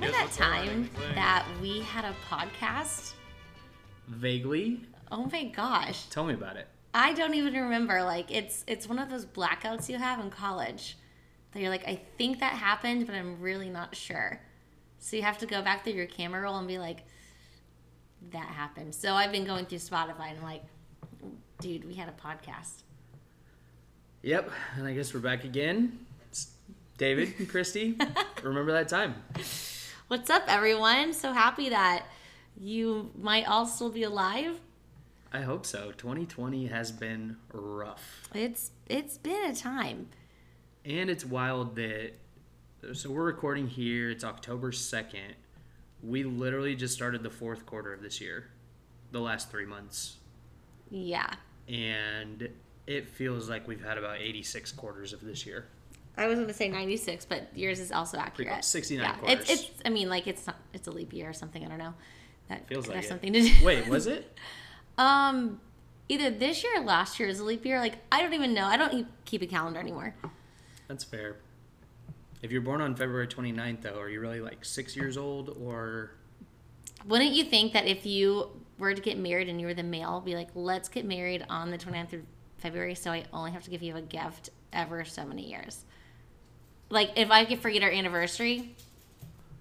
that time that we had a podcast? Vaguely. Oh my gosh. Tell me about it. I don't even remember. Like it's it's one of those blackouts you have in college that you're like, I think that happened, but I'm really not sure. So you have to go back through your camera roll and be like, that happened. So I've been going through Spotify and I'm like, dude, we had a podcast. Yep. And I guess we're back again. It's David and Christy. Remember that time. What's up, everyone? So happy that you might all still be alive. I hope so. 2020 has been rough. It's it's been a time. And it's wild that. So we're recording here. It's October 2nd. We literally just started the fourth quarter of this year, the last three months. Yeah. And it feels like we've had about 86 quarters of this year. I was gonna say 96, but yours is also accurate. Pretty- 69 It's, quarters. it's. I mean, like it's not. It's a leap year or something. I don't know. That Feels could like have it. something to do. Wait, was it? Um, either this year or last year is a leap year. Like I don't even know. I don't e- keep a calendar anymore. That's fair. If you're born on February 29th, though, are you really like six years old or Wouldn't you think that if you were to get married and you were the male, be like, let's get married on the 29th of February, so I only have to give you a gift ever so many years. Like if I could forget our anniversary,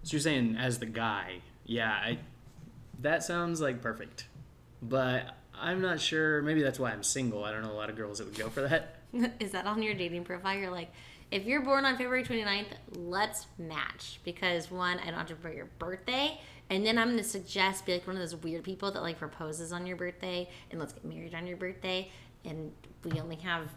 So you're saying as the guy, yeah, I, that sounds like perfect. But I'm not sure. Maybe that's why I'm single. I don't know a lot of girls that would go for that. is that on your dating profile? You're like, if you're born on February 29th, let's match because one, I don't have to remember your birthday. And then I'm going to suggest be like one of those weird people that like proposes on your birthday and let's get married on your birthday. And we only have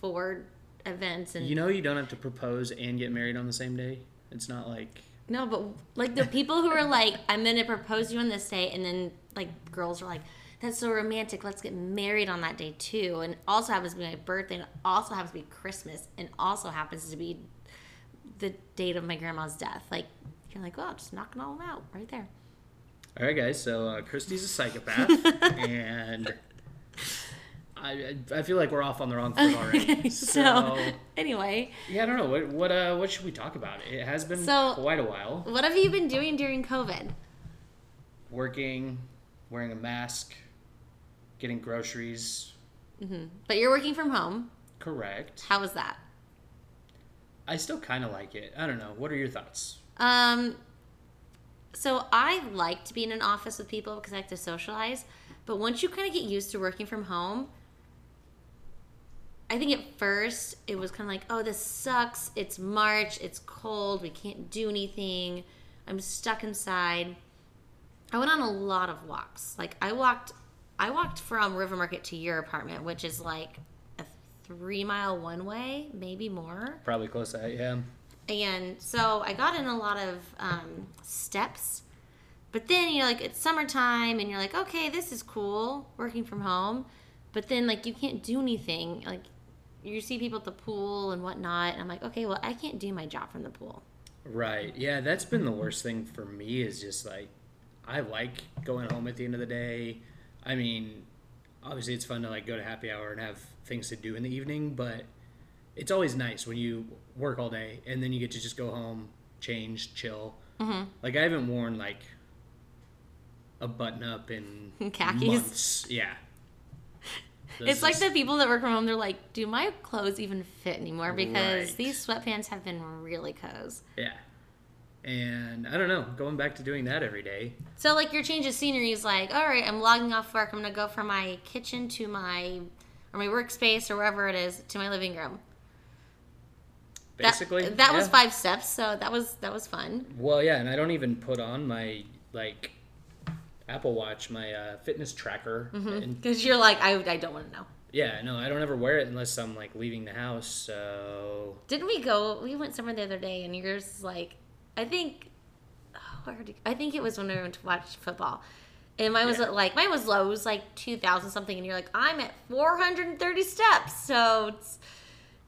four events. And You know, you don't have to propose and get married on the same day. It's not like no, but like the people who are like, I'm going to propose you on this day. And then like girls are like, that's so romantic. Let's get married on that day too. And also happens to be my birthday and also happens to be Christmas and also happens to be the date of my grandma's death. Like you're like, well, just knocking all of them out right there. All right, guys. So uh, Christy's a psychopath, and I, I I feel like we're off on the wrong foot already. so, so anyway, yeah, I don't know what what uh, what should we talk about. It has been So- quite a while. what have you been doing during COVID? Working, wearing a mask, getting groceries. But you're working from home. Correct. How was that? I still kind of like it. I don't know. What are your thoughts? Um, so I like to be in an office with people because I like to socialize. But once you kind of get used to working from home, I think at first it was kind of like, oh, this sucks. It's March. It's cold. We can't do anything. I'm stuck inside. I went on a lot of walks. Like I walked, I walked from River Market to your apartment, which is like a three mile one way, maybe more. Probably close to that, yeah. And so I got in a lot of um, steps. But then, you know, like it's summertime and you're like, okay, this is cool working from home. But then, like, you can't do anything. Like, you see people at the pool and whatnot. And I'm like, okay, well, I can't do my job from the pool. Right. Yeah, that's been the worst thing for me is just like, I like going home at the end of the day. I mean, obviously it's fun to like go to happy hour and have things to do in the evening, but it's always nice when you work all day and then you get to just go home, change, chill. Mm-hmm. Like I haven't worn like a button up in Khakis. months. Yeah. it's like This the is- people that work from home, they're like, do my clothes even fit anymore? Because Right. these sweatpants have been really cozy. yeah. And I don't know, going back to doing that every day. So like your change of scenery is like, all right, I'm logging off work. I'm gonna go from my kitchen to my or my workspace or wherever it is to my living room. That- Basically, that, was yeah. five steps. So that was that was fun. Well, yeah, and I don't even put on my like Apple Watch, my uh, fitness tracker, Mm-hmm. and Because you're like, I, I don't want to know. yeah, no, I don't ever wear it unless I'm like leaving the house. So Didn't we go? We went somewhere the other day, and yours is like, I think, oh, where did, I think it was when we went to watch football. And mine was Yeah. at like mine was low. It was like two thousand something, and you're like, I'm at four hundred and thirty steps. So it's,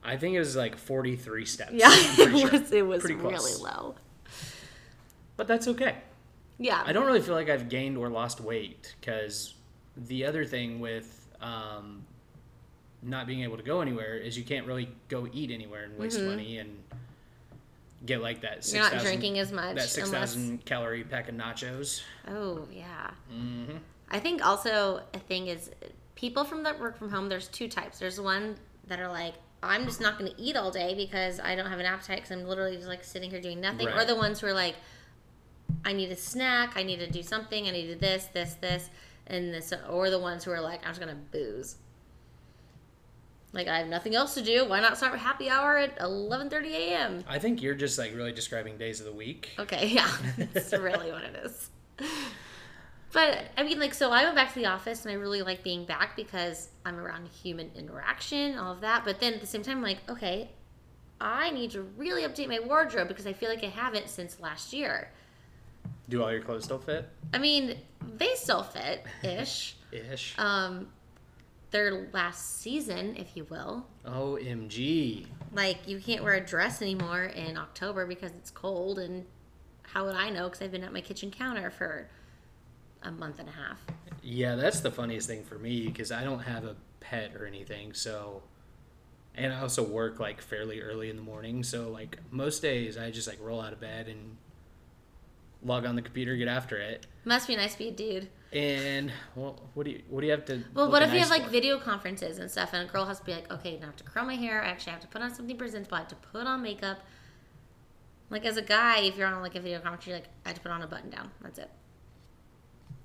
I think it was like 43 steps. yeah, I'm pretty it sure. was it was Pretty close. really low. But that's okay. Yeah, I don't really feel like I've gained or lost weight because the other thing with um, not being able to go anywhere is you can't really go eat anywhere and waste money and get like that. 6, Mm-hmm. You're not drinking as much. that six unless- thousand calorie pack of nachos. Oh yeah. Mm-hmm. I think also a thing is people from that work from home. There's two types. There's one that are like, I'm just not going to eat all day because I don't have an appetite because I'm literally just like sitting here doing nothing. Or Right. the ones who are like, I need a snack. I need to do something. I need to this, this, this, and this. Or the ones who are like, I'm just going to booze. Like I have nothing else to do. Why not start happy hour at 11:30 a.m. I think you're just like really describing days of the week. Okay, yeah, that's really what it is. But I mean, like, so I went back to the office, and I really like being back because I'm around human interaction, all of that. But then at the same time, I'm like, okay, I need to really update my wardrobe because I feel like I haven't since last year. Do all your clothes still fit? I mean, they still fit ish. Ish. Um, their last season, if you will. OMG. Like, you can't wear a dress anymore in October because it's cold, and how would I know? Because I've been at my kitchen counter for a month and a half. Yeah, that's the funniest thing for me because I don't have a pet or anything. So, and I also work like fairly early in the morning. So, like, most days I just like roll out of bed and log on the computer, get after it. Must be nice to be a dude. And, well, what do you, what do you have to, Well, look what if you nice have like for? video conferences and stuff, and a girl has to be like, okay, now I have to curl my hair. I actually have to put on something presentable. I have to put on makeup. Like as a guy, if you're on like a video conference, you're like, I have to put on a button down. That's it.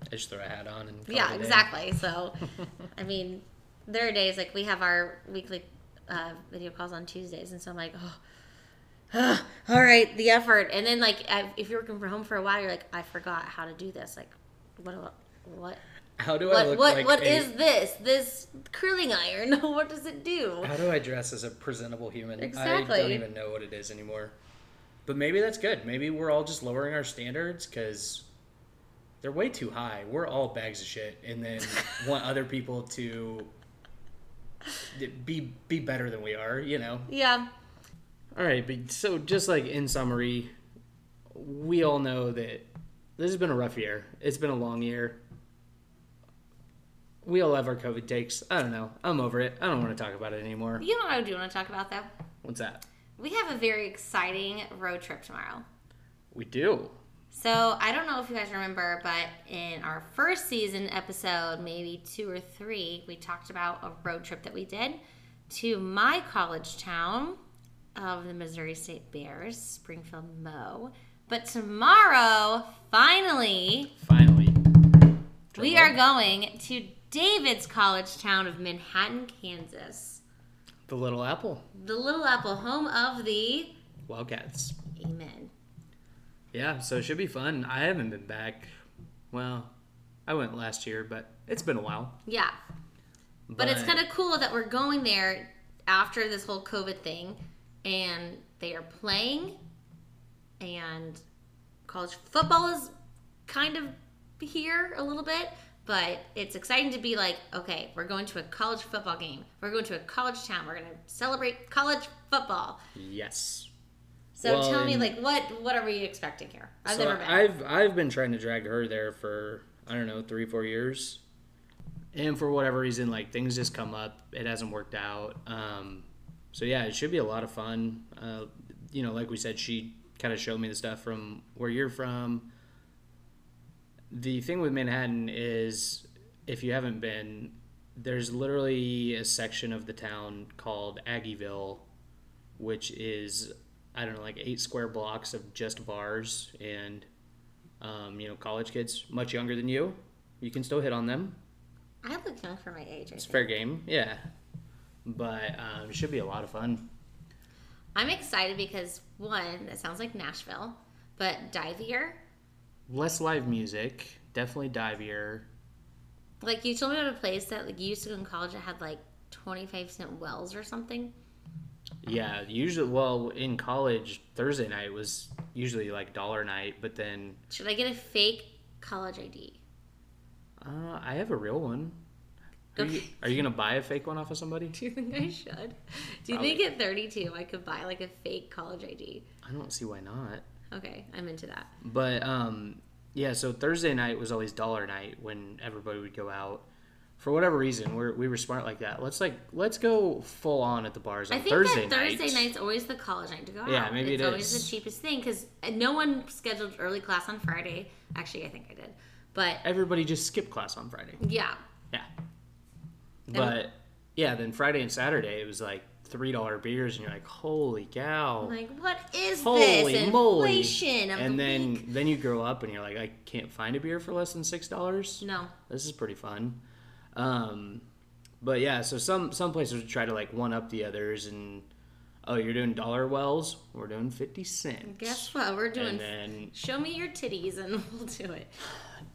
I just throw a hat on and call yeah, it a day. exactly. So, I mean, there are days like we have our weekly uh, video calls on Tuesdays, and so I'm like, oh, ah, all right, the effort. And then like I- if you're working from home for a while, you're like, I forgot how to do this. Like, what? do I- What? How do I What? look What? like what a- is this? This curling iron? what does it do? How do I dress as a presentable human? I don't Exactly. even know what it is anymore. But maybe that's good. Maybe we're all just lowering our standards because they're way too high. We're all bags of shit, and then want other people to be be better than we are. You know. Yeah. All right, but so just like in summary, we all know that this has been a rough year. It's been a long year. We all have our COVID takes. I don't know. I'm over it. I don't want to talk about it anymore. You know what I do want to talk about though? What's that? We have a very exciting road trip tomorrow. We do. So I don't know if you guys remember, but in our first season episode, maybe two or three, we talked about a road trip that we did to my college town of the Missouri State Bears, Springfield, Mo. But tomorrow, finally, Finally. we are going to David's college town of Manhattan, Kansas. the Little Apple The Little Apple, home of the Wildcats. Amen. Yeah, so it should be fun. I haven't been back. Well, I went last year, but it's been a while. Yeah, But, but it's kind of cool that we're going there after this whole COVID thing, and they are playing, and college football is kind of here a little bit. But it's exciting to be like, okay, we're going to a college football game. We're going to a college town. We're going to celebrate college football. yes. So Well, tell me, and- like, what what are we expecting here? I've so never been. I've I've been trying to drag her there for I don't know three four years, and for whatever reason, like things just come up. It hasn't worked out. Um, so yeah, it should be a lot of fun. Uh, you know, like we said, she kind of showed me the stuff from where you're from. The thing with Manhattan is, if you haven't been, there's literally a section of the town called Aggieville, which is I don't know, like eight square blocks of just bars and um, you know, college kids much younger than you. You can still hit on them. I look young for my age. I It's think. fair game, yeah. But um, it should be a lot of fun. I'm excited because one, that sounds like Nashville, but divier. Less live music, definitely divier. Like you told me about a place that like you used to go in college that had like 25 cent wells or something. Yeah, usually. Well, in college, Thursday night was usually like dollar night, but then Should I get a fake college ID? uh, I have a real one. Are, you, Okay. are you gonna buy a fake one off of somebody? Do you think I should? Do you think at 32 I could buy like a fake college ID? I don't see why not. Okay, I'm into that. But um, yeah, so Thursday night was always dollar night when everybody would go out. for whatever reason, we're, we were smart like that. Let's like let's go full on at the bars on I think Thursday that Thursday night. night's always the college night to go Yeah, out. maybe it's it always is. the cheapest thing because no one scheduled early class on Friday. Actually, I think I did, but Everybody just skipped class on Friday. yeah, Yeah. But yeah, then Friday and Saturday it was like three dollar beers, and you're like, holy cow, like what is holy this moly! inflation of and the then week? then you grow up, and you're like, I can't find a beer for less than six dollars. No, This is pretty fun. Um, but yeah, so some some places would try to like one up the others, and oh, you're doing dollar wells, we're doing fifty cents. guess what? We're doing. And then Show me your titties and we'll do it.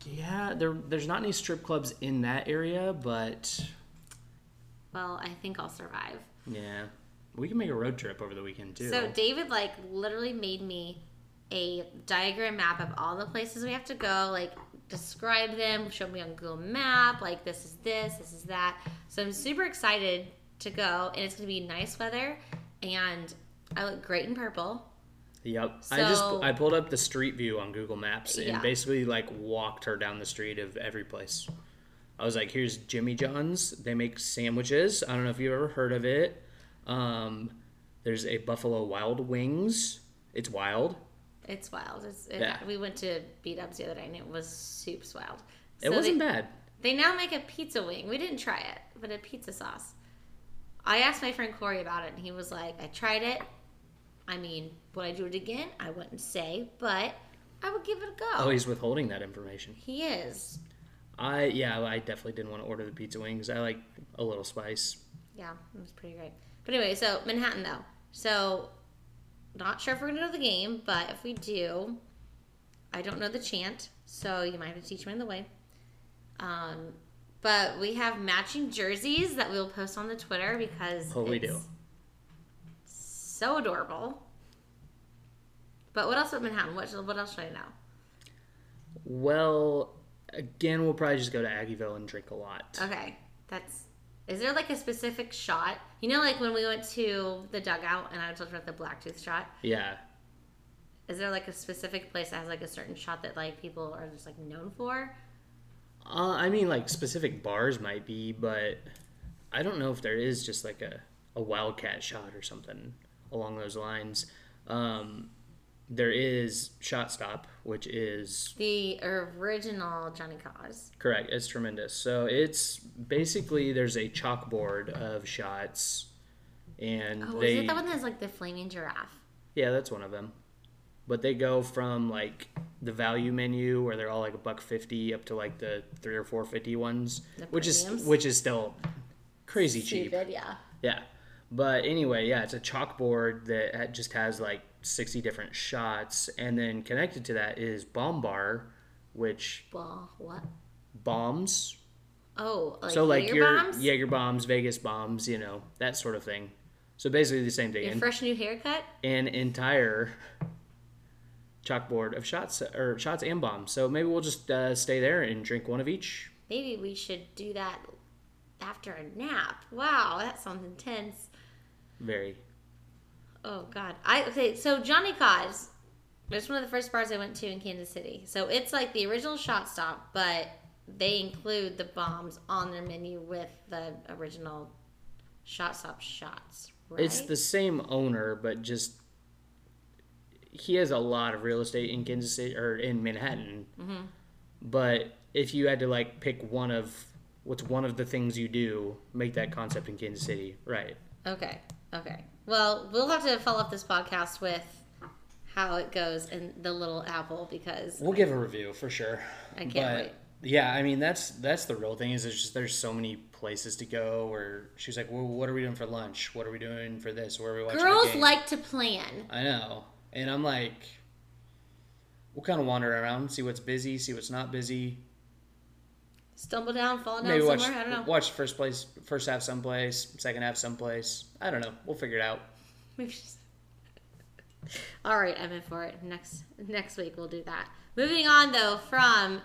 yeah, there there's not any strip clubs in that area, but Well, I think I'll survive. yeah, we can make a road trip over the weekend too. So David like literally made me a diagram map of all the places we have to go, like describe them, show me on Google Map, like this is this, this is that. So I'm super excited to go and it's gonna be nice weather and I look great in purple. Yep. I just So- I pulled up the street view on Google Maps and Yeah. basically like walked her down the street of every place. I was like, here's Jimmy John's. They make sandwiches. I don't know if you've ever heard of it. Um, there's a Buffalo Wild Wings. It's wild. It's wild. It's, it, Yeah. We went to Beat Ups the other day and it was soups wild. it wasn't they, bad. they now make a pizza wing. We didn't try it, but a pizza sauce. I asked my friend Corey about it, and he was like, I tried it. I mean, would I do it again? I wouldn't say, but I would give it a go. Oh, he's withholding that information. He is. I yeah, I definitely didn't want to order the pizza wings. I like a little spice. Yeah, it was pretty great. But anyway, so Manhattan, though. So, not sure if we're going to know the game, but if we do, I don't know the chant, so you might have to teach me on the way. Um, but we have matching jerseys that we'll post on the Twitter because Oh, we it's do. so adorable. But what else about Manhattan? What what else should I know? Well, again, we'll probably just go to Aggieville and drink a lot. Okay, that's. Is there like a specific shot? You know, like when we went to the dugout and I told you about the Blacktooth shot. Yeah. Is there like a specific place that has like a certain shot that like people are just like known for? Uh, I mean, like specific bars might be, but I don't know if there is just like a, a wildcat shot or something along those lines. Um, there is Shot Stop, which is The original Johnny Cause. correct. It's tremendous. So it's basically there's a chalkboard of shots, and Oh, they is it that one that's like the flaming giraffe? yeah, that's one of them. But they go from like the value menu where they're all like a buck fifty up to like the three or four fifty ones, The which is premiums? which is still crazy cheap. Stupid, yeah. Yeah. But anyway, yeah, it's a chalkboard that ha- just has like 60 different shots. And then connected to that is Bomb Bar, which Well, what? bombs. Oh, like, so, like your, your bombs? Jaeger bombs, Vegas bombs, you know, that sort of thing. So basically the same thing. Your An, fresh new haircut? an entire chalkboard of shots or shots and bombs. So maybe we'll just uh, stay there and drink one of each. Maybe we should do that after a nap. Wow, that sounds intense. Very. Oh God! I okay. So Johnny Cause, it's one of the first bars I went to in Kansas City. So it's like the original Shot Stop, but they include the bombs on their menu with the original Shot Stop shots. Right? It's the same owner, but just he has a lot of real estate in Kansas City or in Manhattan. But if you had to like pick one of what's one of the things you do, make that concept in Kansas City, right? okay. Okay. Well, we'll have to follow up this podcast with how it goes in the Little Apple because We'll give a review for sure. I can't but wait. yeah, I mean that's that's the real thing is it's just there's so many places to go. Where she's like, well, what are we doing for lunch? What are we doing for this? Where are we watching? the girls game?" like to plan. I know. And I'm like, we'll kind of wander around, see what's busy, see what's not busy. Stumble down, fall down Maybe somewhere. watch I don't know. watch first place, first half someplace, second half someplace. I don't know. We'll figure it out. Maybe she's- All right, I'm in for it. Next next week we'll do that. Moving on though from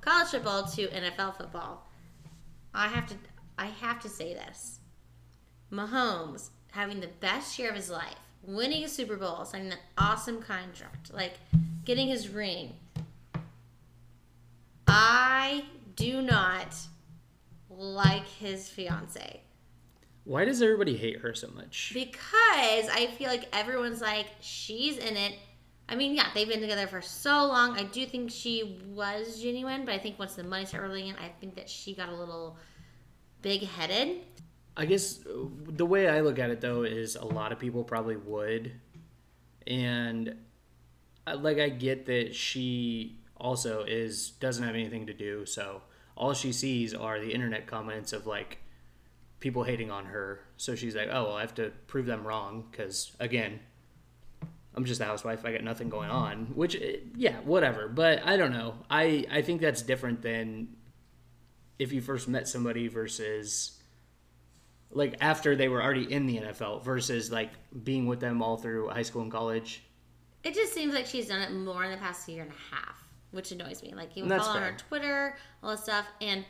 college football to NFL football. I have to I have to say this. Mahomes having the best year of his life, winning a Super Bowl, signing an awesome contract, like getting his ring. I do not like his fiance. Why does everybody hate her so much? Because I feel like everyone's like, she's in it. I mean, yeah, they've been together for so long. I do think she was genuine, but I think once the money started rolling in, I think that she got a little big headed. I guess uh, the way I look at it though is a lot of people probably would, and I, like I get that she also is doesn't have anything to do, so all she sees are the internet comments of like people hating on her. So she's like, oh well, I have to prove them wrong because again, I'm just a housewife. I got nothing going on. Which eh, yeah, whatever. But I don't know. I I think that's different than if you first met somebody versus like after they were already in the NFL versus like being with them all through high school and college. It just seems like she's done it more in the past year and a half, which annoys me. Like you That's follow her fair. on Twitter, all this stuff, and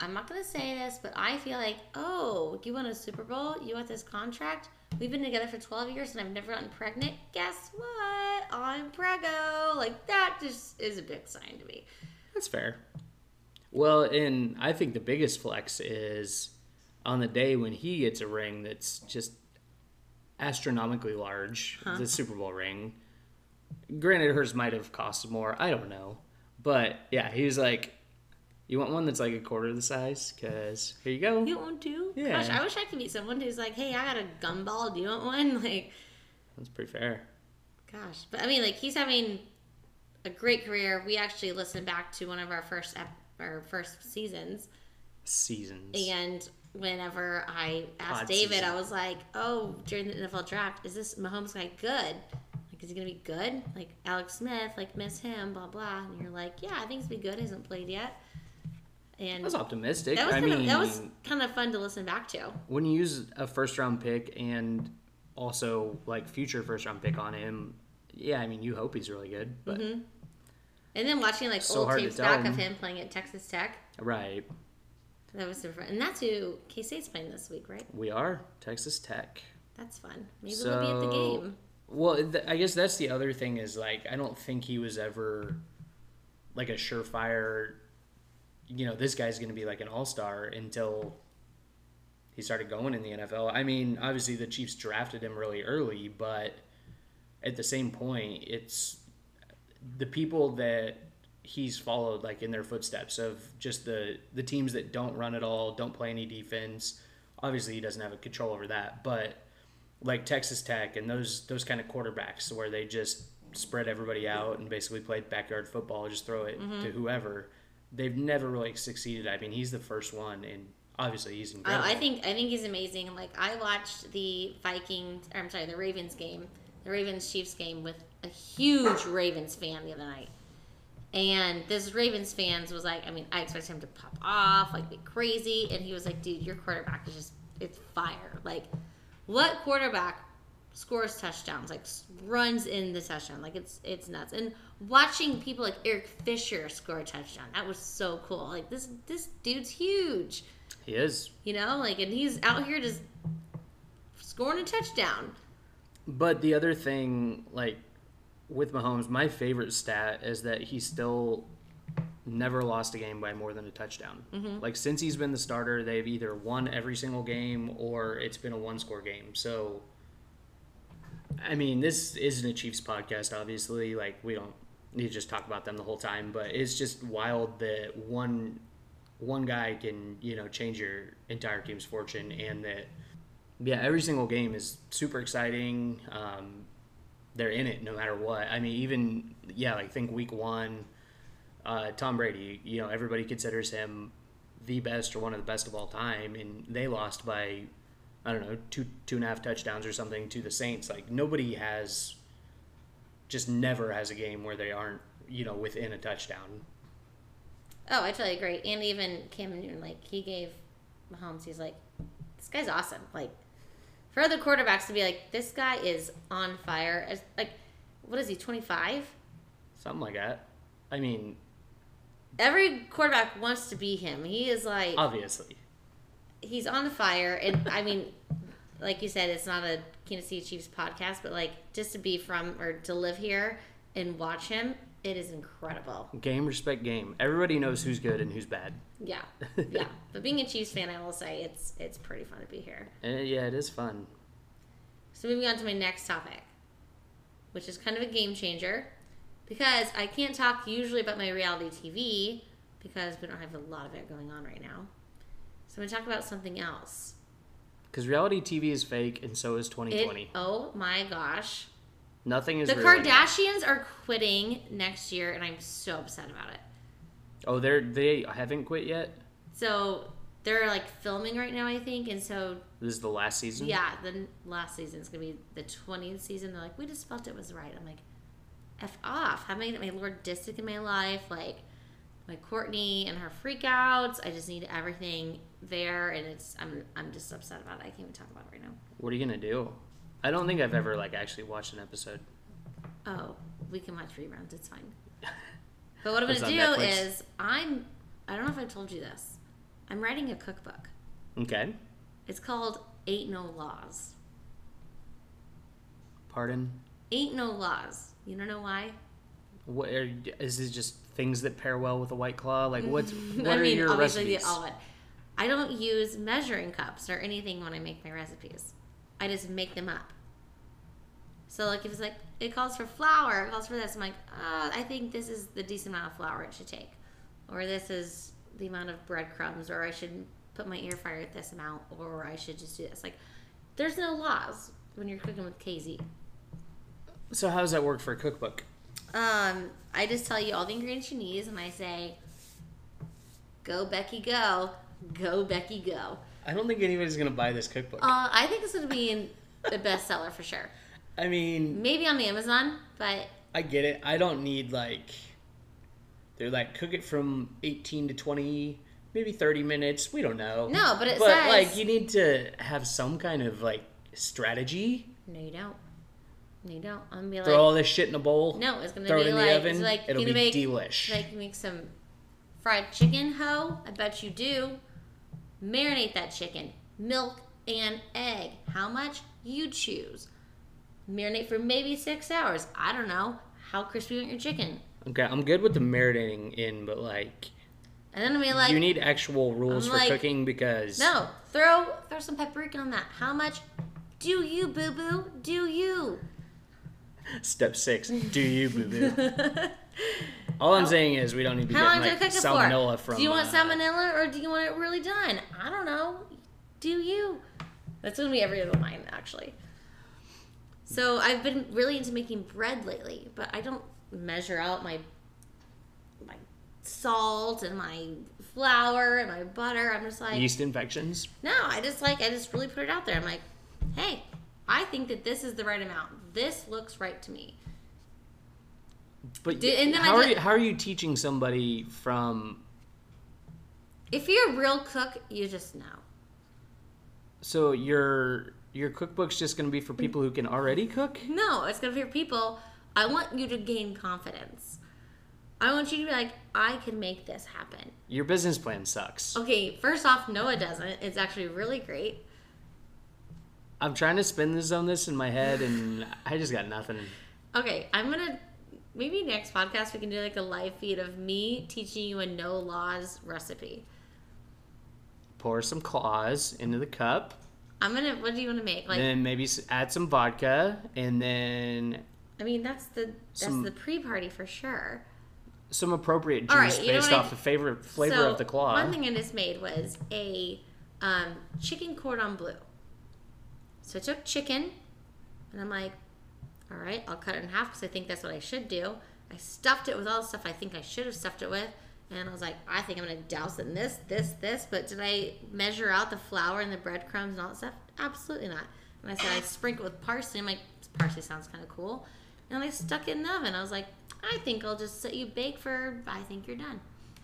I'm not gonna say this, but I feel like, oh, you won a Super Bowl, you want this contract. We've been together for 12 years and I've never gotten pregnant. Guess what? I'm preggo. Like that just is a big sign to me. That's fair. Well, and I think the biggest flex is on the day when he gets a ring that's just astronomically large, the Super Bowl ring. Granted, hers might have cost more. I don't know. But yeah, he was like, You want one that's like a quarter the size? Because here you go. You want to? Yeah. Gosh, I wish I could meet someone who's like, hey, I got a gumball. Do you want one? Like, That's pretty fair. Gosh, but I mean, like he's having a great career. We actually listened back to one of our first ep- our first seasons, Seasons. and whenever I asked Pod David, season. I was like, "Oh, during the NFL draft, is this Mahomes guy good? Like, is he gonna be good? Like Alex Smith, like miss him, blah blah." And you're like, "Yeah, I think he's gonna be good. He hasn't played yet." And That was optimistic. that was I kind mean, of that was kind of fun to listen back to. when you use a first round pick and also like future first round pick on him, yeah, I mean you hope he's really good, but And then watching like So old hard to tapes tell back him. of him playing at Texas Tech, right, that was super fun. And that's who K State's playing this week, right? we are Texas Tech. That's fun. Maybe so, we'll be at the game. Well, th- I guess that's the other thing is like I don't think he was ever like a surefire. You know, this guy's going to be like an all star until he started going in the NFL. I mean, obviously the Chiefs drafted him really early, but at the same point, it's the people that he's followed like in their footsteps of just the the teams that don't run at all, don't play any defense. Obviously, he doesn't have a control over that, but like Texas Tech and those those kind of quarterbacks where they just spread everybody out and basically play backyard football, just throw it Mm-hmm. to whoever. They've never really succeeded. I mean, he's the first one, and obviously he's Oh, incredible. I think I think he's amazing. Like I watched the Vikings, or I'm sorry, the Ravens game, the Ravens Chiefs game with a huge Ravens fan the other night, and this Ravens fans was like, I mean, I expected him to pop off, like be crazy, and he was like, dude, your quarterback is just it's fire. Like, what quarterback scores touchdowns, like s- runs in the touchdown, like it's it's nuts. And watching people like Eric Fisher score a touchdown, that was so cool. Like this this dude's huge. he is. You know, like, and he's out here just scoring a touchdown. But the other thing, like with Mahomes, my favorite stat is that he still never lost a game by more than a touchdown. Like since he's been the starter, they've either won every single game or it's been a one-score game. So, I mean, this isn't a Chiefs podcast, obviously. Like we don't need to just talk about them the whole time, but it's just wild that one one guy can you know change your entire team's fortune, and that yeah, every single game is super exciting. Um, they're in it no matter what. I mean, even yeah, like think week one, uh, Tom Brady. You know, everybody considers him the best or one of the best of all time, and they lost by I don't know two two and a half touchdowns or something to the Saints. Like nobody has just never has a game where they aren't you know within a touchdown. Oh, I totally agree. And even Cam Newton, like, he gave Mahomes, he's like, this guy's awesome. Like, for other quarterbacks to be like, this guy is on fire. As, like, what is he, 25? Something like that. I mean, Every quarterback wants to be him. He is like, obviously. he's on fire. And I mean, like you said, it's not a Kansas City Chiefs podcast, but like, just to be from or to live here and watch him It is incredible. Game respect game. Everybody knows who's good and who's bad. Yeah, yeah. but being a Chiefs fan, I will say it's it's pretty fun to be here. And yeah, it is fun. So moving on to my next topic, which is kind of a game changer, because I can't talk usually about my reality TV because we don't have a lot of it going on right now. So I'm gonna talk about something else. Because reality TV is fake, and so is 2020. It, oh my gosh. Nothing is The real anymore. Kardashians are quitting next year, and I'm so upset about it. Oh, they're they haven't quit yet. So they're like filming right now, I think, and so This is the last season. yeah, the last season is gonna be the twentieth season. They're like, we just felt it was right. I'm like, f off. How am I gonna get my Lord Disick in my life? Like my Courtney and her freakouts. I just need everything there, and it's I'm I'm just upset about it. I can't even talk about it right now. What are you gonna do? I don't think I've ever like actually watched an episode. Oh, we can watch reruns. It's fine. But what I'm It's gonna do on Netflix. is I'm I don't know if I told you this. I'm writing a cookbook. Okay. It's called Ain't No Laws. Pardon. Ain't No Laws. You don't know why? What are, is this? Just things that pair well with a white claw? Like what's what Mm-hmm. I are mean, your obviously recipes? the olive. I don't use measuring cups or anything when I make my recipes. I just make them up. So like if it's like it calls for flour, it calls for this. I'm like, uh, I think this is the decent amount of flour it should take, or this is the amount of breadcrumbs, or I should put my air fryer at this amount, or I should just do this. Like, there's no laws when you're cooking with KZ. so how does that work for a cookbook? Um, I just tell you all the ingredients you need, and I say, "Go Becky, go, go Becky, go." I don't think anybody's gonna buy this cookbook. Uh, I think it's gonna be in a bestseller for sure. I mean, Maybe on Amazon, but I get it. I don't need like they're like cook it from 18 to 20, maybe 30 minutes. We don't know. No, but it but says- like you need to have some kind of like strategy. no, you don't. No, you don't. I'm gonna be like, Throw all this shit in a bowl. no, it's gonna throw be it in like, the oven. it's like It'll you be make delish. like you make some fried chicken, ho. I bet you do. Marinate that chicken, milk and egg. How much you choose. Marinate for maybe six hours. I don't know how crispy you want your chicken. okay, I'm good with the marinating in, but like, And then I'm gonna be like, you need actual rules I'm for like- cooking because No, throw throw some paprika on that. How much? Do you boo boo? Do you? step six, do you boo boo? all I'm saying is we don't need to How get long do I like cook it salmonella for? from. do you want uh, salmonella or do you want it really done? I don't know. Do you? That's gonna be every other line actually. So I've been really into making bread lately, but I don't measure out my my salt and my flour and my butter. I'm just like yeast infections? No, I just like I just really put it out there. I'm like, hey, I think that this is the right amount. This looks right to me. But Did- and then I how are did- you, how are you teaching somebody from If you're a real cook, you just know. so your your cookbook's just going to be for people who can already cook? No, it's gonna be for people. I want you to gain confidence. I want you to be like, I can make this happen. Your business plan sucks. Okay, first off, no, it doesn't. It's actually really great. I'm trying to spin this on this in my head and I just got nothing. Okay, I'm gonna maybe next podcast we can do like a live feed of me teaching you a no laws recipe. Pour some claws into the cup, I'm gonna. What do you want to make? Like, then maybe s- add some vodka and then I mean, that's the that's Some- the pre party for sure. some appropriate juice All right, you know based what I- off the favorite flavor So, of the claw. One thing I just made was a um, chicken cordon bleu. So I took chicken, and I'm like, all right, I'll cut it in half because I think that's what I should do. I stuffed it with all the stuff I think I should have stuffed it with, and I was like, I think I'm gonna douse it in this, this, this. But did I measure out the flour and the breadcrumbs and all that stuff? Absolutely not. And I said I sprinkle with parsley. I'm like, parsley sounds kind of cool. And I stuck it in the oven. I was like, I think I'll just set you bake for. I think you're done.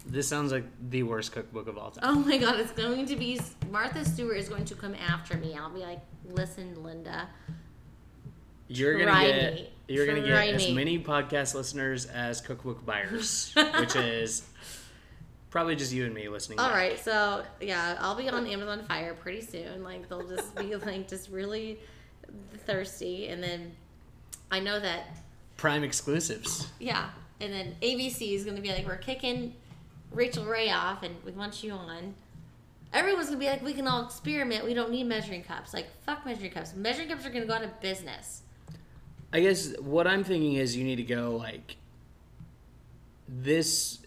this sounds like the worst cookbook of all time. Oh my god, it's going to be Martha Stewart is going to come after me. I'll be like, listen, Linda. You're gonna Try get me. you're gonna Try get as me. many podcast listeners as cookbook buyers, which is probably just you and me listening. All back. right, so yeah, I'll be on Amazon Fire pretty soon. Like they'll just be like just really thirsty, and then I know that prime exclusives. yeah, and then ABC is gonna be like, we're kicking Rachel Ray off, and we want you on. Everyone's gonna be like, we can all experiment. We don't need measuring cups. Like, fuck measuring cups. Measuring cups are gonna go out of business. I guess what I'm thinking is you need to go like this.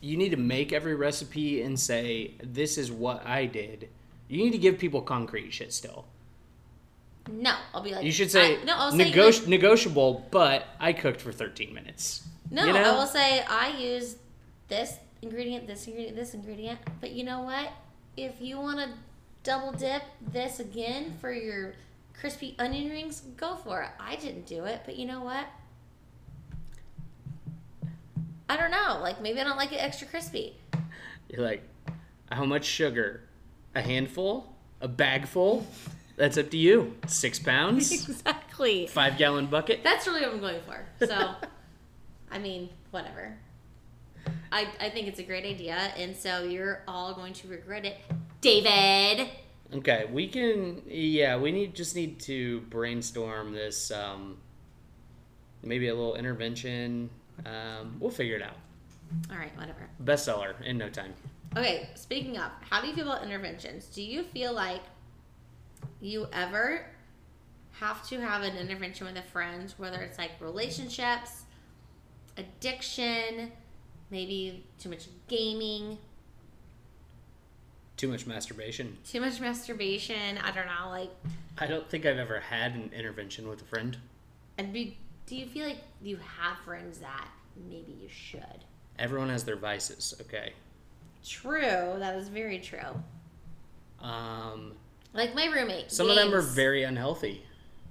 You need to make every recipe and say this is what I did. You need to give people concrete shit still. No, I'll be like. You should say I- no. I'll say negoti- negotiable, but I cooked for 13 minutes. No, you I know? will say I use this ingredient, this ingredient, this ingredient. But you know what? If you want to double dip this again for your crispy onion rings, go for it. I didn't do it, but you know what? I don't know. Like maybe I don't like it extra crispy. You're like, how much sugar? A handful? A bagful? That's up to you. Six pounds? Exactly. Five gallon bucket? That's really what I'm going for. So, I mean, whatever. I, I think it's a great idea, and so you're all going to regret it, David. Okay, we can. Yeah, we need just need to brainstorm this. Um, maybe a little intervention. Um, we'll figure it out. All right, whatever. Bestseller in no time. Okay, speaking of, how do you feel about interventions? Do you feel like you ever have to have an intervention with a friend, whether it's like relationships, addiction, maybe too much gaming, Too much masturbation. too much masturbation? I don't know. Like, I don't think I've ever had an intervention with a friend. and do, do you feel like you have friends that maybe you should? Everyone has their vices. Okay. True, that is very true. Um, Like my roommate. some of them are games- very unhealthy.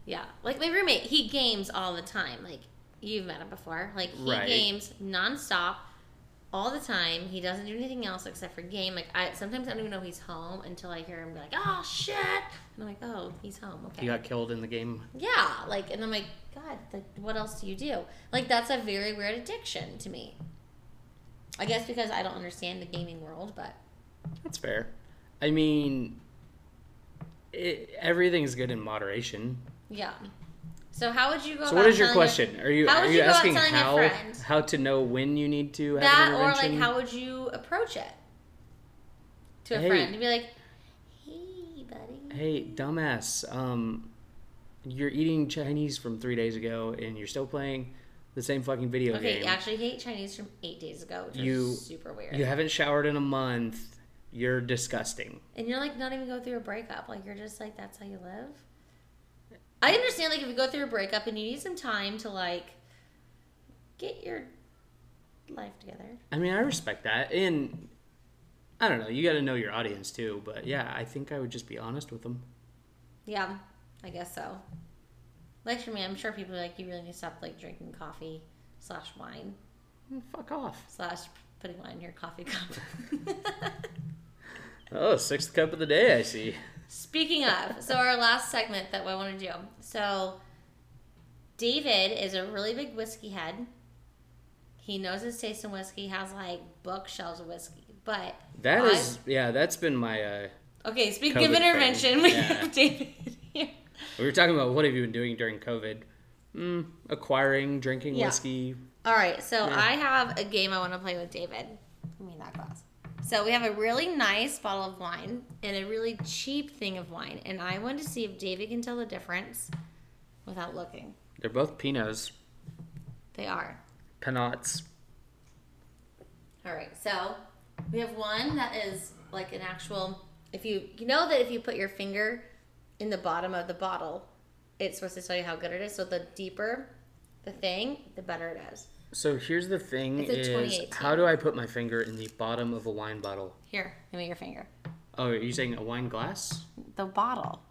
Yeah. Like my roommate, he games all the time. Like you've met him before. Like he Right. games nonstop all the time. He doesn't do anything else except for game. Like I sometimes I don't even know he's home until I hear him be like, Oh shit and I'm like, Oh, he's home, okay. He got killed in the game. yeah, like and I'm like, God, like what else do you do? Like that's a very weird addiction to me. I guess because I don't understand the gaming world, but That's fair. I mean, it, everything's good in moderation. yeah. So how would you go So, about what is your telling a- question? Are you How are would you, you go out asking telling a how friend? how to know when you need to have that an or like intervention? how would you approach it to a Hey. friend and be like hey buddy hey, dumbass, um, you're eating Chinese from three days ago, and you're still playing the same fucking video okay game. you actually hate chinese from eight days ago which You- is super weird you haven't showered in a month. You're disgusting. and you're like not even going through a breakup like you're just like that's how you live i understand like if you go through a breakup and you need some time to like get your life together I mean, I respect that, and I don't know. You got to know your audience too, but yeah, I think I would just be honest with them. yeah i guess so like for me i'm sure people are like you really need to stop like drinking coffee slash wine Mm, Fuck off. slash putting wine in your coffee cup Oh, sixth cup of the day, I see. Speaking of, so our last segment that we want to do. So David is a really big whiskey head. He knows his taste in whiskey, has like bookshelves of whiskey. But That I- is, yeah, that's been my. Uh, okay, speaking COVID of intervention, thing, we yeah. have David here. we were talking about what have you been doing during COVID? Mm, acquiring, drinking Yeah. whiskey. All right, so Yeah. I have a game I want to play with David. I mean that glass. So we have a really nice bottle of wine and a really cheap thing of wine, and I want to see if David can tell the difference without looking. They're both Pinots, They are. Pinots. All right, so we have one that is like an actual. If you you know that if you put your finger in the bottom of the bottle, it's supposed to tell you how good it is. So the deeper the thing, the better it is. So here's the thing: It's a is 2018. how do I put my finger in the bottom of a wine bottle? Here, give me your finger. Oh, are you saying a wine glass? The bottle.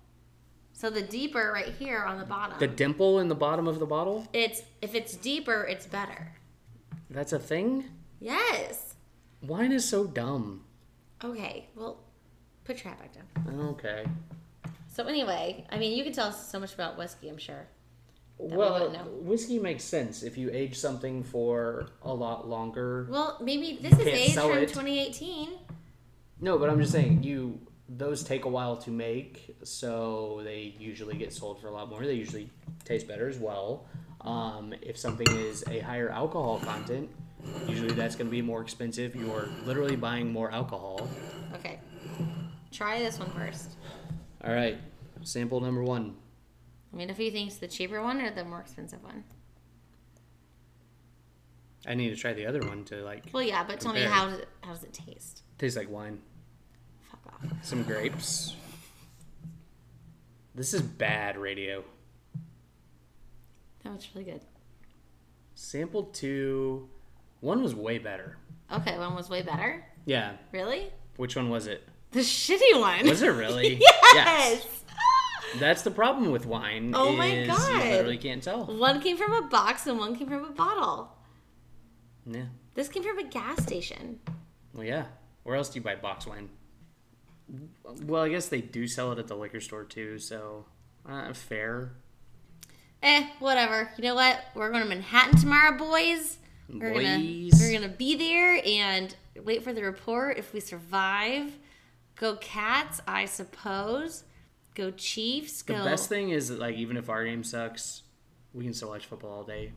So the deeper right here on the bottom. The dimple in the bottom of the bottle? it's if it's deeper, it's better. That's a thing. Yes. Wine is so dumb. Okay. Well, put your hat back down. Okay. So anyway, I mean, you can tell us so much about whiskey, I'm sure. we Well, wouldn't know. whiskey makes sense if you age something for a lot longer. Well, maybe this is can't age sell from it. 2018. No, but I'm just saying you those take a while to make, so they usually get sold for a lot more. They usually taste better as well. Um, if something is a higher alcohol content, usually that's going to be more expensive. You're literally buying more alcohol. Okay. Try this one first. All right, sample number one. I mean, if you think it's the cheaper one or the more expensive one. I need to try the other one to like Well, yeah, but tell me Compare. how does it, how does it taste? taste like wine. Fuck off. Some grapes. This is bad radio. That was really good. Sample two. One was way better. Okay, one was way better. Yeah. Really? Which one was it? The shitty one. Was it really? yes. That's the problem with wine. Oh my is God. You literally can't tell. One came from a box and one came from a bottle. Yeah. This came from a gas station. Well, yeah. Where else do you buy box wine? Well, I guess they do sell it at the liquor store too, so uh, fair. Eh, whatever. You know what? We're going to Manhattan tomorrow, boys. We're gonna Boys. we're gonna be there and wait for the report. If we survive, go Cats, I suppose. Go Chiefs. The go best thing is that, like, even if our game sucks, we can still watch football all day.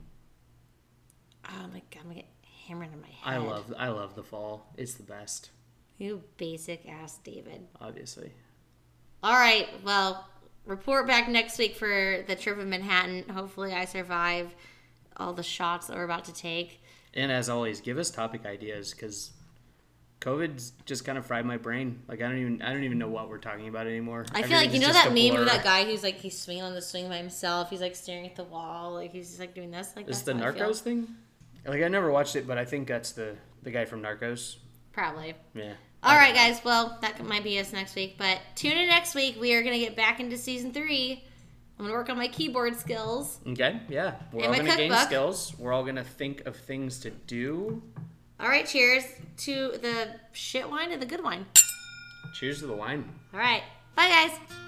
Oh my god, I'm gonna get hammered in my head. I love, I love the fall. It's the best, you, basic ass David. obviously. All right. Well, report back next week for the trip of Manhattan. Hopefully, I survive all the shots that we're about to take. And as always, give us topic ideas because COVID's just kind of fried my brain. Like, I don't even, I don't even know what we're talking about anymore. I feel like you Everything's know just that a meme blur. of that guy who's like he's swinging on the swing by himself. He's like staring at the wall, like he's just like doing this. Like Is that's the how I feel. Narcos thing? Like, I never watched it, but I think that's the the guy from Narcos. Probably. Yeah. All right, guys. Well, that might be us next week, but tune in next week. We are gonna get back into season three. I'm gonna work on my keyboard skills. Okay, yeah. We're And all my going to gain cookbook. skills. We're all going to think of things to do. All right. Cheers to the shit wine and the good wine. Cheers to the wine. All right. Bye, guys.